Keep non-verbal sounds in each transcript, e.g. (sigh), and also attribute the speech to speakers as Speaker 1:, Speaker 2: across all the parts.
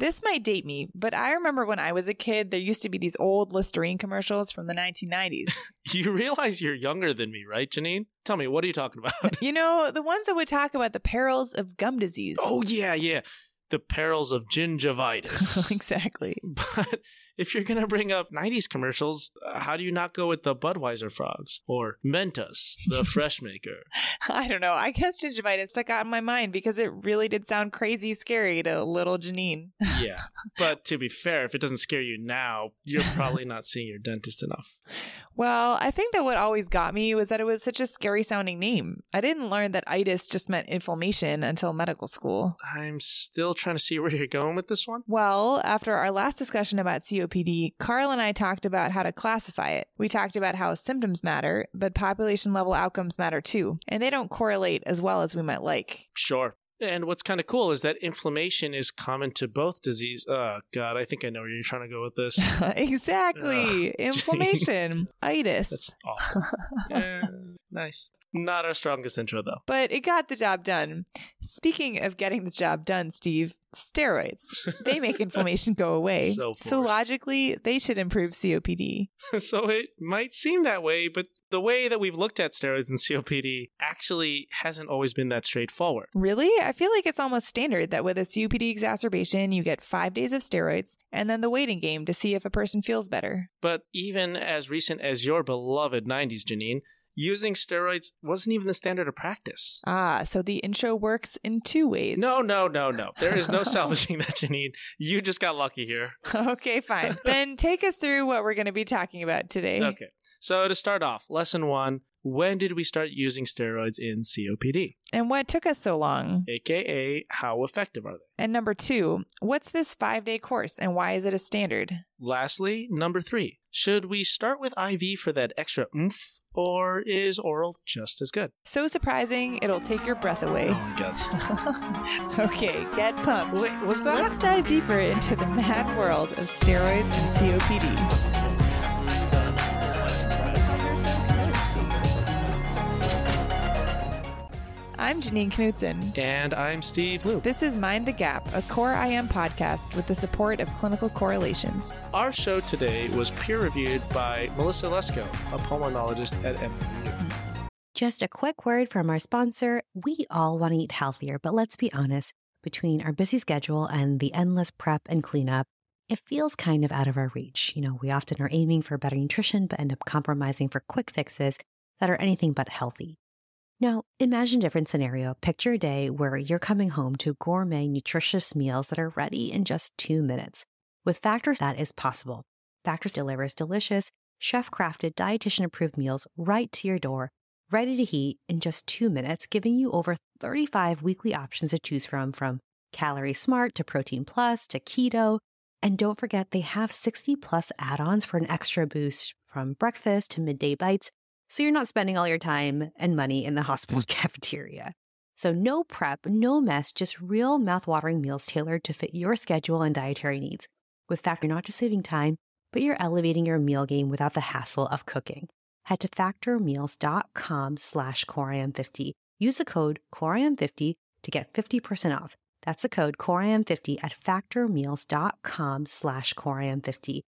Speaker 1: This might date me, but I remember when I was a kid, there used to be these old Listerine commercials from the 1990s.
Speaker 2: (laughs) You realize you're younger than me, right, Janine? Tell me, what are you talking about?
Speaker 1: you know, the ones that would talk about the perils of gum disease.
Speaker 2: (laughs) oh, yeah, yeah. The perils of (laughs)
Speaker 1: (laughs)
Speaker 2: gingivitis.
Speaker 1: exactly.
Speaker 2: but if you're going to bring up 90s commercials, uh, how do you not go with the Budweiser frogs or Mentos, (laughs) the fresh maker?
Speaker 1: I don't know. I guess gingivitis stuck out in my mind because it really did sound crazy scary to little Janine.
Speaker 2: Yeah. But to be fair, if it doesn't scare you now, (laughs) you're probably not seeing your dentist enough.
Speaker 1: Well, I think that what always got me was that it was such a scary sounding name. I didn't learn that itis just meant inflammation until medical school.
Speaker 2: I'm still trying to see where you're going with this one.
Speaker 1: Well, after our last discussion about COPD, Carl and I talked about how to classify it. We talked about how symptoms matter, but population level outcomes matter too, and they don't correlate as well as we might
Speaker 2: (laughs)
Speaker 1: like.
Speaker 2: Sure. And what's kind of cool is that inflammation is common to both disease. Oh, God, I think I know where you're trying to go with this.
Speaker 1: exactly.
Speaker 2: Ugh, (laughs)
Speaker 1: Inflammation, itis. (laughs)
Speaker 2: That's awful. Yeah, nice. Not our strongest intro, though. (laughs)
Speaker 1: but it got the job done. Speaking of getting the job done, Steve, steroids. They
Speaker 2: (laughs)
Speaker 1: make inflammation go away.
Speaker 2: So forced.
Speaker 1: logically, they should improve COPD.
Speaker 2: so it might seem that way, but the way that we've looked at steroids and (laughs) COPD actually hasn't always been that straightforward.
Speaker 1: Really? I feel like it's almost standard that with a COPD exacerbation, you get five days of steroids and then the waiting game to see if a person feels better.
Speaker 2: But even as recent as your beloved 90s, Janine, using steroids wasn't even the standard of practice.
Speaker 1: Ah, so the intro works in two ways.
Speaker 2: No, no, no, no. There is no (laughs) salvaging that, Janine. You just got lucky here.
Speaker 1: (laughs) Okay,
Speaker 2: (laughs)
Speaker 1: fine. then take us through what we're going to be talking about today.
Speaker 2: Okay. So to start off, lesson one when did we start using steroids in COPD?
Speaker 1: And what took us so long?
Speaker 2: AKA, how effective are they?
Speaker 1: And number two, what's this five day course and why is it a standard?
Speaker 2: Lastly, number three, should we start with IV for that extra oomph, or is oral just as good?
Speaker 1: So surprising, it'll take your breath away.
Speaker 2: my god. st- Oh.
Speaker 1: (laughs) okay, get pumped.
Speaker 2: Wait, was that?
Speaker 1: Let's dive deeper into the mad world of steroids and COPD. I'm Janine Knutson.
Speaker 2: And I'm Steve Luke.
Speaker 1: This is Mind the Gap, a Core IM podcast with the support of Clinical Correlations.
Speaker 2: Our show today was peer reviewed by Melissa Lesko, a pulmonologist at MD.
Speaker 3: Just a quick word from our sponsor. We all want to eat healthier, but let's be honest, between our busy schedule and the endless prep and cleanup, it feels kind of out of our reach. You know, we often are aiming for better nutrition, but end up compromising for quick fixes that are anything but healthy. Now, imagine a different scenario. Picture a day where you're coming home to gourmet, nutritious meals that are ready in just two minutes. With Factors, that is possible. Factors delivers delicious, chef crafted, dietitian approved meals right to your door ready to heat in just two minutes, giving you over 35 weekly options to choose from, from Calorie Smart to Protein Plus to Keto. And don't forget, they have 60 plus add ons for an extra boost from breakfast to midday bites. So you're not spending all your time and money in the hospital (laughs) cafeteria. So no prep, no mess, just real mouth-watering meals tailored to fit your schedule and dietary needs. With Factor, you're not just saving time, but you're elevating your meal game without the hassle of cooking head to factormeals.com slash coriam50 use the code coriam50 to get 50% off that's the code coriam50 at factormeals.com slash coriam50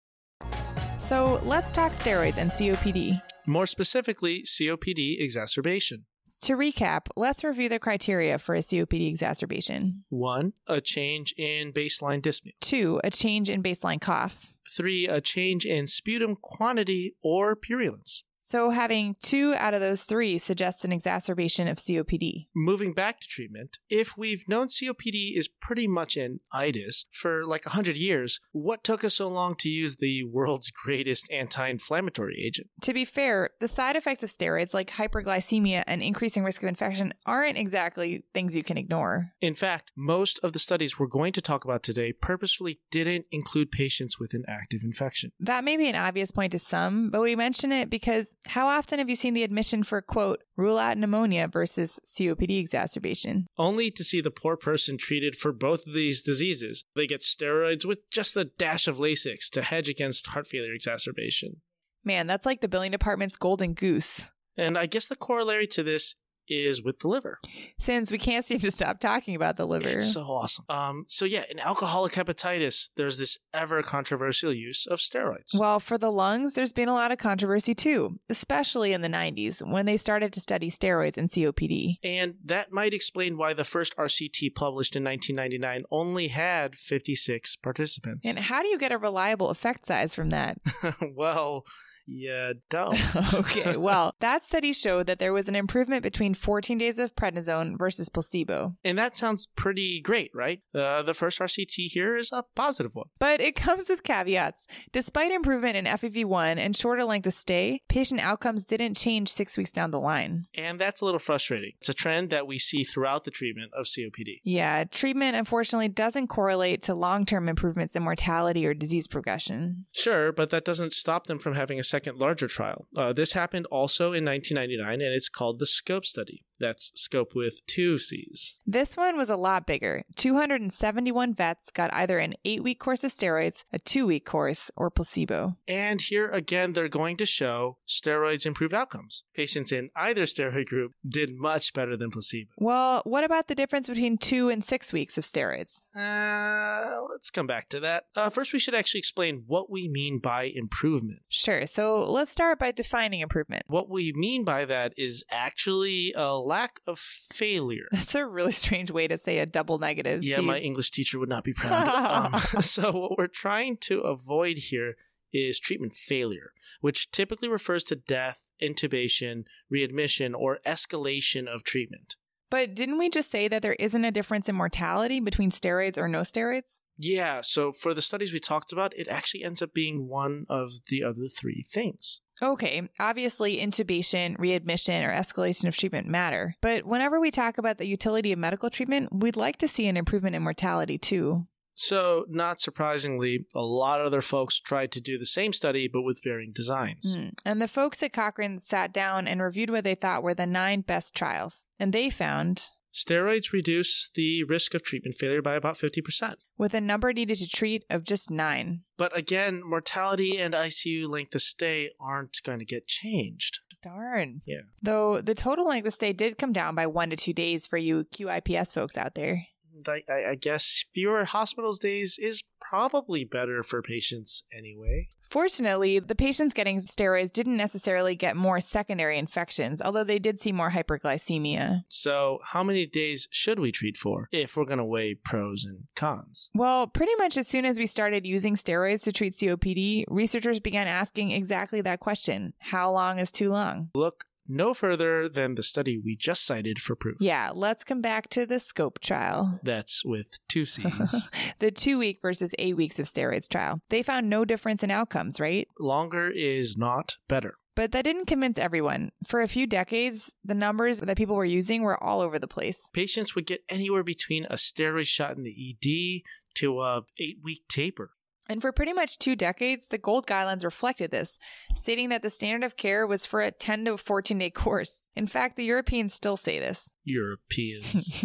Speaker 1: So let's talk steroids and COPD.
Speaker 2: More specifically, COPD exacerbation.
Speaker 1: To recap, let's review the criteria for a COPD exacerbation.
Speaker 2: One, a change in baseline dyspnea.
Speaker 1: Two, a change in baseline cough.
Speaker 2: Three, a change in sputum quantity or purulence.
Speaker 1: So having two out of those three suggests an exacerbation of COPD.
Speaker 2: Moving back to treatment, if we've known COPD is pretty much an itis for like 100 years, what took us so long to use the world's (laughs) greatest anti inflammatory agent?
Speaker 1: To be fair, the side effects of steroids like hyperglycemia and increasing risk of infection aren't exactly things you can ignore.
Speaker 2: In fact, most of the studies we're going to talk about today purposefully didn't include patients with an active infection.
Speaker 1: That may be an obvious point to some, but we mention it because how often have you seen the admission for, quote, rule out pneumonia versus COPD exacerbation?
Speaker 2: only to see the poor person treated for both of these diseases. They get steroids with just a dash of Lasix to hedge against heart failure exacerbation.
Speaker 1: Man, that's like the billing department's golden goose.
Speaker 2: And I guess the corollary to this is with the liver.
Speaker 1: Since we can't seem to stop talking about the liver.
Speaker 2: It's so awesome. Um, so yeah, in alcoholic hepatitis, there's this ever controversial use of steroids.
Speaker 1: Well, for the lungs, there's been a lot of controversy too, especially in the 90s when they started to study steroids in COPD.
Speaker 2: and that might explain why the first RCT published in 1999 only had 56 participants.
Speaker 1: And how do you get a reliable effect size from that?
Speaker 2: (laughs) well, yeah, don't.
Speaker 1: (laughs) okay, well, that study showed that there was an improvement between 14 days of prednisone versus placebo.
Speaker 2: And that sounds pretty great, right? Uh, the first RCT here is a positive one.
Speaker 1: But it (laughs) comes with caveats. Despite improvement in FEV1 and shorter length of stay, patient outcomes didn't change six weeks down the line.
Speaker 2: And that's a little frustrating. It's a trend that we see throughout the treatment of COPD.
Speaker 1: Yeah, treatment unfortunately doesn't correlate to long term improvements in mortality or disease progression.
Speaker 2: Sure, but that doesn't stop them from having a second larger trial. Uh, this happened also in 1999, and it's called the SCOPE study. That's SCOPE with two C's.
Speaker 1: This one was a lot bigger. 271 vets got either an eight week course of steroids, a two week course, or placebo.
Speaker 2: And here again, they're going to show steroids improved outcomes. Patients in either steroid group did much better than placebo.
Speaker 1: Well, what about the difference between two and six weeks of steroids?
Speaker 2: Uh, let's come back to that. Uh, first, we should actually explain what we mean by improvement.
Speaker 1: Sure, so let's start by defining improvement. (laughs)
Speaker 2: What we mean by that is actually a lack of failure.
Speaker 1: That's a really strange way to say a double negative. (laughs)
Speaker 2: Yeah,
Speaker 1: Steve.
Speaker 2: my English teacher would not be proud. um, (laughs) so, what we're trying to avoid here is treatment failure, which typically refers to death, intubation, readmission, or escalation of treatment.
Speaker 1: But didn't we just say that there isn't a difference in mortality between steroids or no steroids?
Speaker 2: Yeah, so for the studies we talked about, it actually ends up being one of the other three things.
Speaker 1: Okay, obviously intubation, readmission, or escalation of treatment matter. But whenever we talk about the utility of medical treatment, we'd like to see an improvement in mortality too.
Speaker 2: So, not surprisingly, a lot of other folks tried to do the same study but with varying designs.
Speaker 1: Mm. And the folks at Cochrane sat down and reviewed what they thought were the nine best trials. And they found,
Speaker 2: Steroids reduce the risk of treatment failure by about 50%.
Speaker 1: with a number needed to treat of just nine.
Speaker 2: But again, mortality and ICU length of stay aren't going to get changed.
Speaker 1: Darn.
Speaker 2: Yeah.
Speaker 1: Though the total length of stay did come down by one to two days for you QIPS folks out there.
Speaker 2: And I, I, I guess fewer hospitals days is probably better for patients anyway.
Speaker 1: Fortunately, the patients getting steroids didn't necessarily get more secondary infections, although they did see more hyperglycemia.
Speaker 2: So, how many days should we treat for if we're going to weigh pros and cons?
Speaker 1: Well, pretty much as soon as we started using steroids to treat COPD, researchers began asking exactly that question how long is too long?
Speaker 2: Look no further than the study we just cited for proof.
Speaker 1: Yeah, let's come back to the SCOPE trial.
Speaker 2: That's with two C's.
Speaker 1: The two week versus eight weeks of steroids trial. They found no difference in outcomes, right?
Speaker 2: Longer is not better.
Speaker 1: But that didn't convince everyone. For a few decades, the numbers that people were using were all over the place.
Speaker 2: Patients would get anywhere between a steroid shot in the ED to a 8-week taper.
Speaker 1: And for pretty much two decades, the gold guidelines reflected this, stating that the standard of care was for a 10 to 14 day course. In fact, the Europeans still say this.
Speaker 2: Europeans.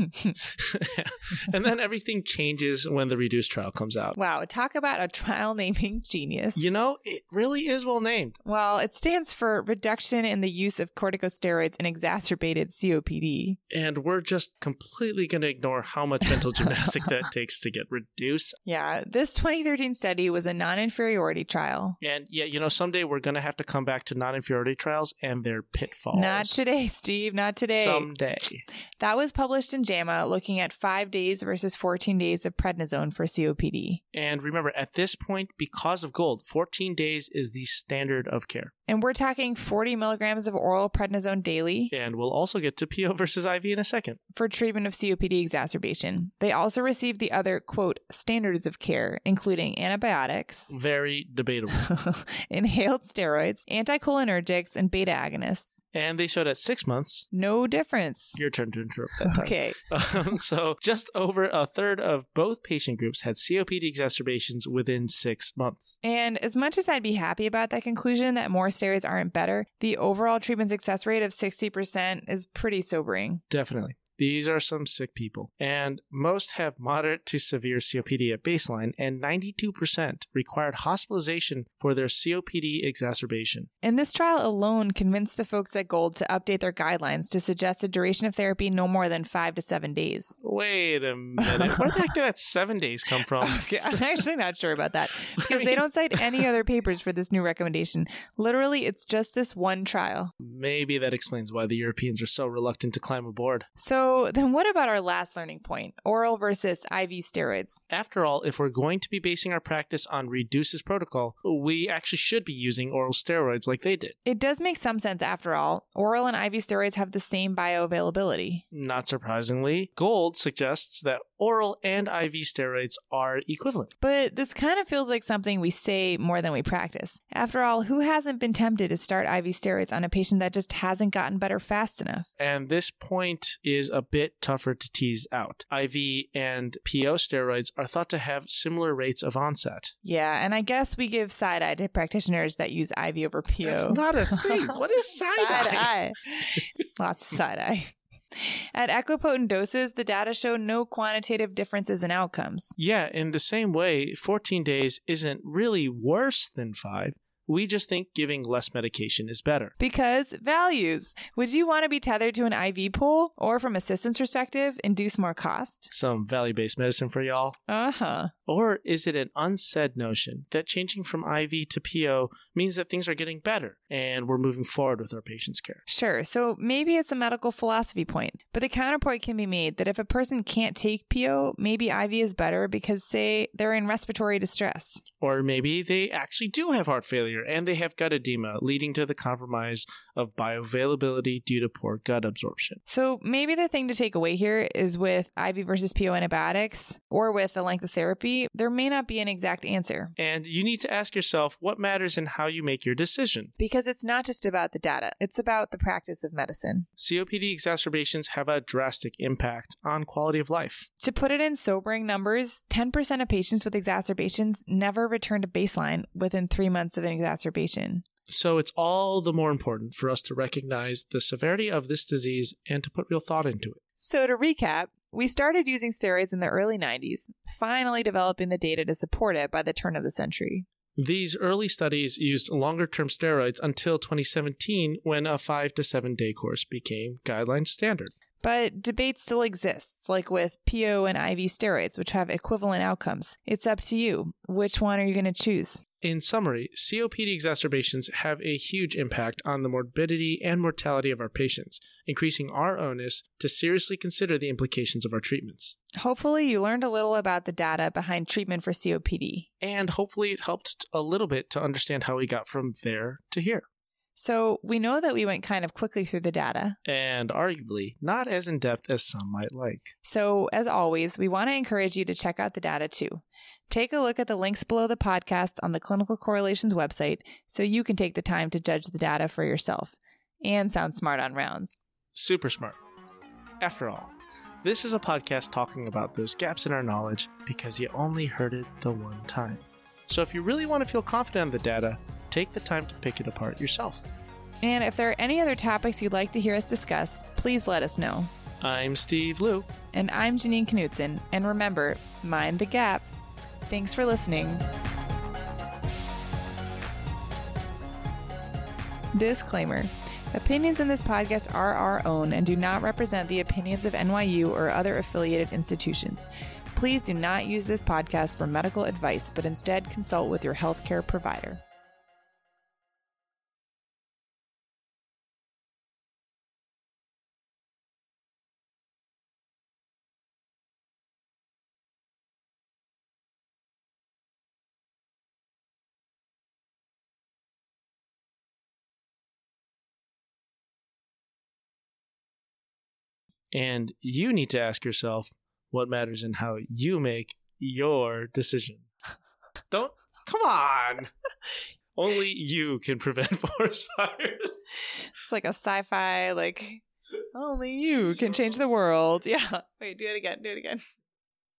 Speaker 2: (laughs) and then everything changes when the reduced trial comes out.
Speaker 1: wow, talk about a trial naming genius.
Speaker 2: You know, it really is well named.
Speaker 1: well, it stands for Reduction in the Use of Corticosteroids in Exacerbated COPD.
Speaker 2: And we're just completely going to ignore how much
Speaker 1: (laughs)
Speaker 2: mental gymnastic that takes to get reduced.
Speaker 1: Yeah, this 2013 study was a non inferiority trial.
Speaker 2: And yeah, you know, someday we're going to have to come back to non inferiority trials and their pitfalls.
Speaker 1: Not today, (laughs) Steve, not today.
Speaker 2: Someday.
Speaker 1: That was published in JAMA looking at five days versus 14 days of prednisone for COPD.
Speaker 2: And remember, at this point, because of gold, 14 days is the standard of care.
Speaker 1: And we're talking 40 milligrams of oral prednisone daily
Speaker 2: And we'll also get to PO (laughs) versus IV in a second.
Speaker 1: for treatment of COPD exacerbation. They also received the other, quote, standards of care, including antibiotics,
Speaker 2: Very debatable.
Speaker 1: (laughs) inhaled steroids, anticholinergics, and beta agonists.
Speaker 2: and they showed at six months.
Speaker 1: No difference.
Speaker 2: Your turn to interrupt that time.
Speaker 1: Okay.
Speaker 2: Um, (laughs) so, just over a third of both patient groups had COPD exacerbations within six months.
Speaker 1: And as much as I'd be happy about that conclusion that more steroids aren't better, the overall treatment success rate of 60% is pretty sobering.
Speaker 2: Definitely. These are some sick people, and most have moderate to severe COPD at baseline, and 92% required hospitalization for their COPD exacerbation.
Speaker 1: And this trial alone convinced the folks at Gold to update their guidelines to suggest a duration of therapy no more than five to seven days.
Speaker 2: (laughs) Wait a minute. Where the heck did that seven days come from?
Speaker 1: Okay, I'm actually not sure about that because they don't cite any other papers for this new recommendation. Literally, it's just this one trial.
Speaker 2: Maybe that explains why the Europeans are so reluctant to climb aboard.
Speaker 1: So, then what about our last learning point oral versus IV steroids?
Speaker 2: After all, if we're going to be basing our practice on Reduces protocol, we actually should be using oral steroids like they did.
Speaker 1: It does make some sense after all. Oral and IV steroids have the same bioavailability.
Speaker 2: Not surprisingly, Gold suggests that oral and IV steroids are equivalent.
Speaker 1: But this kind of feels like something we say more than we practice. After all, who hasn't been tempted to start IV steroids on a patient that just hasn't gotten better fast enough?
Speaker 2: And this point is a bit tougher to tease out. IV and PO steroids are thought to have similar rates of onset.
Speaker 1: Yeah, and I guess we give side eye to practitioners that use IV over PO. (laughs)
Speaker 2: That's not a thing. What is side eye?
Speaker 1: Lots of side eye. At equipotent doses, the data show no quantitative differences in outcomes.
Speaker 2: Yeah, in the same way, 14 days isn't really worse than five. We just think giving less medication is better.
Speaker 1: Because values. Would you want to be tethered to an IV pool or, from a systems perspective, induce more cost?
Speaker 2: Some value based medicine for y'all.
Speaker 1: Uh huh.
Speaker 2: Or is it an unsaid notion that changing from IV to PO means that things are getting better and we're moving forward with our patient's care?
Speaker 1: Sure, so maybe it's a medical philosophy point, but the counterpoint can be made that if a person can't take PO, maybe IV is better because, say, they're in respiratory distress.
Speaker 2: Or maybe they actually do have heart failure and they have gut edema, leading to the compromise of bioavailability due to poor gut absorption.
Speaker 1: So maybe the thing to take away here is with IV versus PO antibiotics or with a length of therapy, there may not be an exact answer
Speaker 2: And you need to ask yourself what matters in how you make your decision.
Speaker 1: because it's not just about the data, it's about the practice of medicine.
Speaker 2: COPD exacerbations have a drastic impact on quality of life.
Speaker 1: To put it in sobering numbers, 10% of patients with exacerbations never return to baseline within three months of an exacerbation.
Speaker 2: So it's all the more important for us to recognize the severity of this disease and to put real thought into it.
Speaker 1: So, to recap, we started using steroids in the early 90s, finally developing the data to support it by the turn of the century.
Speaker 2: These early studies used longer term steroids until 2017 when a 5 to 7 day course became guideline standard.
Speaker 1: But debate still exists, like with PO and IV steroids, which have equivalent outcomes. It's up to you. Which one are you going to choose?
Speaker 2: In summary, COPD exacerbations have a huge impact on the morbidity and mortality of our patients, increasing our onus to seriously consider the implications of our treatments.
Speaker 1: Hopefully, you learned a little about the data behind treatment for COPD.
Speaker 2: And hopefully, it helped a little bit to understand how we got from there to here.
Speaker 1: So, we know that we went kind of quickly through the data,
Speaker 2: And arguably, not as in depth as some might like.
Speaker 1: So, as always, we want to encourage you to check out the data too. Take a look at the links below the podcast on the Clinical Correlations website so you can take the time to judge the data for yourself and sound smart on rounds.
Speaker 2: Super smart. After all, this is a podcast talking about those gaps in our knowledge because you only heard it the one time. So if you really want to feel confident in the data, take the time to pick it apart yourself.
Speaker 1: And if there are any other topics you'd like to hear us discuss, please let us know.
Speaker 2: I'm Steve Liu.
Speaker 1: And I'm Janine Knutson, and remember, mind the gap. Thanks for listening. Disclaimer Opinions in this podcast are our own and do not represent the opinions of NYU or other affiliated institutions. Please do not use this podcast for medical advice, but instead consult with your healthcare provider.
Speaker 2: And you need to ask yourself what matters in how you make your decision. Don't, come on! Only you can prevent (laughs) forest fires.
Speaker 1: It's like a sci (laughs) fi, like, only you can change the world. Yeah. Wait, do it again. Do it again.